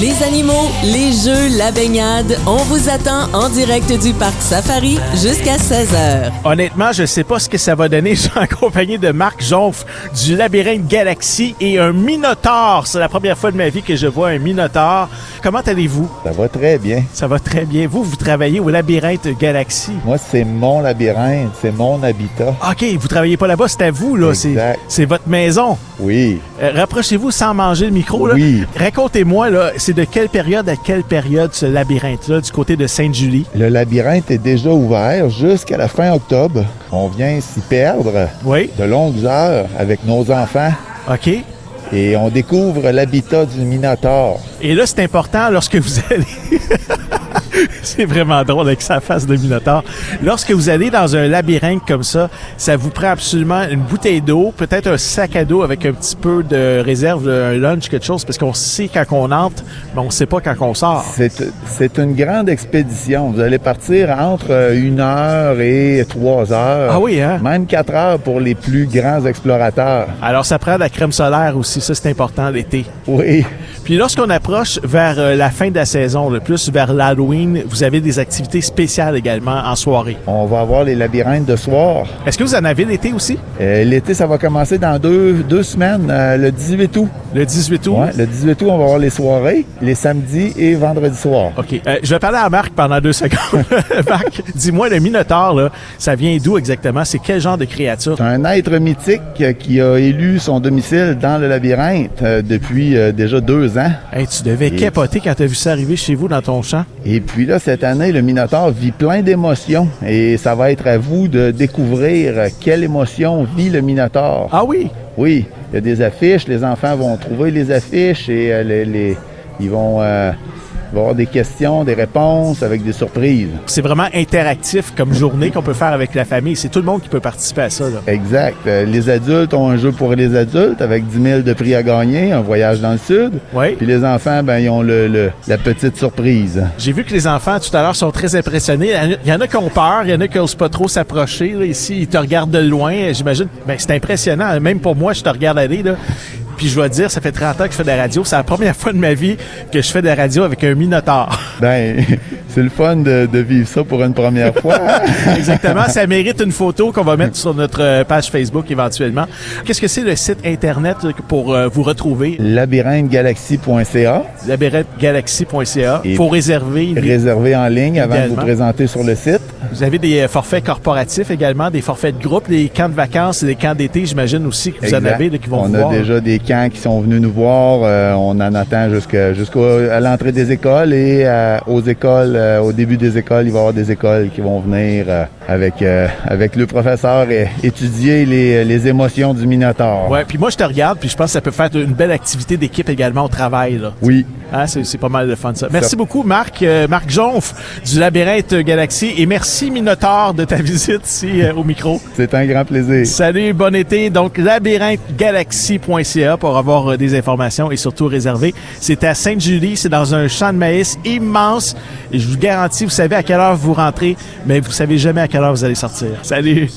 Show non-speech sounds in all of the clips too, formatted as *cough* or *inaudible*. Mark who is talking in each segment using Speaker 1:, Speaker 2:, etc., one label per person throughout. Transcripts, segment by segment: Speaker 1: Les animaux, les jeux, la baignade, on vous attend en direct du parc Safari jusqu'à 16h.
Speaker 2: Honnêtement, je sais pas ce que ça va donner. *laughs* Je suis en compagnie de Marc Jonf du Labyrinthe Galaxy et un Minotaure. C'est la première fois de ma vie que je vois un Minotaure. Comment allez-vous?
Speaker 3: Ça va très bien.
Speaker 2: Ça va très bien. Vous, vous travaillez au Labyrinthe Galaxy.
Speaker 3: Moi, c'est mon labyrinthe, c'est mon habitat.
Speaker 2: OK, vous travaillez pas là-bas, c'est à vous, là. C'est-
Speaker 3: Exact.
Speaker 2: C'est votre maison.
Speaker 3: Oui.
Speaker 2: Euh, Rapprochez-vous sans manger le micro. là.
Speaker 3: Oui.
Speaker 2: Racontez-moi, là, c'est de quelle période à quelle période ce labyrinthe-là du côté de Sainte-Julie?
Speaker 3: Le labyrinthe est déjà ouvert jusqu'à la fin octobre. On vient s'y perdre
Speaker 2: Oui.
Speaker 3: de longues heures avec nos enfants
Speaker 2: OK.
Speaker 3: et on découvre l'habitat du Minotaure.
Speaker 2: Et là, c'est important lorsque vous allez. *laughs* c'est vraiment drôle avec sa face de Minotaure. Lorsque vous allez dans un labyrinthe comme ça, ça vous prend absolument une bouteille d'eau, peut-être un sac à dos avec un petit peu de réserve, un lunch, quelque chose, parce qu'on sait quand on entre, mais on sait pas quand on sort.
Speaker 3: C'est c'est une grande expédition. Vous allez partir entre euh, une heure et trois heures.
Speaker 2: Ah oui, hein?
Speaker 3: Même quatre heures pour les plus grands explorateurs.
Speaker 2: Alors, ça prend de la crème solaire aussi, ça c'est important l'été.
Speaker 3: Oui.
Speaker 2: Puis lorsqu'on approche vers euh, la fin de la saison, le plus vers l'Halloween, vous avez des activités spéciales également en soirée.
Speaker 3: On va avoir les labyrinthes de soir.
Speaker 2: Est-ce que vous en avez l'été aussi?
Speaker 3: Euh, L'été, ça va commencer dans deux, deux semaines, euh, le 18 août.
Speaker 2: Le 18 août?
Speaker 3: Ouais, le 18 août, on va avoir les soirées, les samedis et vendredis soirs.
Speaker 2: OK. Euh, je vais parler à Marc pendant deux secondes. *laughs* Marc, dis-moi, le Minotaure, là, ça vient d'où exactement? C'est quel genre de créature?
Speaker 3: C'est un être mythique euh, qui a élu son domicile dans le labyrinthe euh, depuis euh, déjà deux ans.
Speaker 2: Hey, tu devais capoter quand t'as vu ça arriver chez vous dans ton champ.
Speaker 3: Et puis là, cette année, le Minotaure vit plein d'émotions et ça va être à vous de découvrir euh, quelle émotion vit le Minotaure.
Speaker 2: Ah oui?
Speaker 3: Oui, il y a des affiches, les enfants vont trouver les affiches et euh, les, les- ils vont euh, ils vont avoir des questions, des réponses avec des surprises.
Speaker 2: C'est vraiment interactif comme journée qu'on peut faire avec la famille. C'est tout le monde qui peut participer à ça. Là.
Speaker 3: Exact. Euh, Les adultes ont un jeu pour les adultes avec 10 000 de prix à gagner, un voyage dans le sud.
Speaker 2: Oui.
Speaker 3: Puis les enfants, ben, ils ont le, le- la petite surprise.
Speaker 2: J'ai vu que les enfants, tout à l'heure, sont très impressionnés. Il y en a qui ont peur, il y en a qui n'osent pas trop s'approcher. là. Ici, ils te regardent de loin, j'imagine. Ben, c'est impressionnant. Même pour moi, je te regarde aller. Là. Puis je dois dire, ça fait 30 ans que je fais de la radio. C'est la première fois de ma vie que je fais de la radio avec un minotaure.
Speaker 3: Ben, *laughs* c'est le fun de, de vivre ça pour une première fois.
Speaker 2: Exactement. Ça mérite une photo qu'on va mettre sur notre euh, page Facebook éventuellement. Qu'est-ce que c'est le site Internet là, pour euh, vous retrouver?
Speaker 3: Labyrinthegalaxy.ca,
Speaker 2: labyrinthegalaxy.ca.
Speaker 3: Et
Speaker 2: Faut réserver.
Speaker 3: réservé en ligne avant de vous
Speaker 2: Également.
Speaker 3: présenter sur le site.
Speaker 2: Vous avez des euh, forfaits corporatifs également, des forfaits de groupe, des camps de vacances, des camps d'été, j'imagine aussi que vous en
Speaker 3: Exact.
Speaker 2: avez là, qui vont
Speaker 3: On
Speaker 2: vous
Speaker 3: a
Speaker 2: voir.
Speaker 3: déjà des camps qui sont venus nous voir. Euh, on en attend jusqu'à jusqu'à l'entrée des écoles et euh, aux écoles, euh, au début des écoles, il va y avoir des écoles qui vont venir euh, avec euh, avec le professeur et étudier les, les émotions du Minotaure.
Speaker 2: Ouais, puis moi je te regarde, puis je pense que ça peut faire une belle activité d'équipe également au travail. Là.
Speaker 3: Oui.
Speaker 2: Hein, c'est, c'est pas mal de fun ça. Merci
Speaker 3: Ça-
Speaker 2: beaucoup Marc, euh, Marc Jonf du Labyrinthe Galaxy et merci Minotaur de ta *laughs* visite ici euh, au micro.
Speaker 3: C'est un grand plaisir.
Speaker 2: Salut, bon été. Donc, labyrinthegalaxy.ca pour avoir euh, des informations et surtout réserver. C'est à Sainte-Julie, c'est dans un champ de maïs immense. Et je vous garantis, vous savez à quelle heure vous rentrez, mais vous savez jamais à quelle heure vous allez sortir. Salut!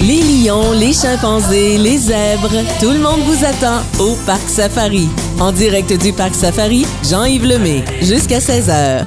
Speaker 1: Les lions, les chimpanzés, les zèbres, tout le monde vous attend au parc Safari. En direct du parc Safari, Jean-Yves Lemay, jusqu'à 16h.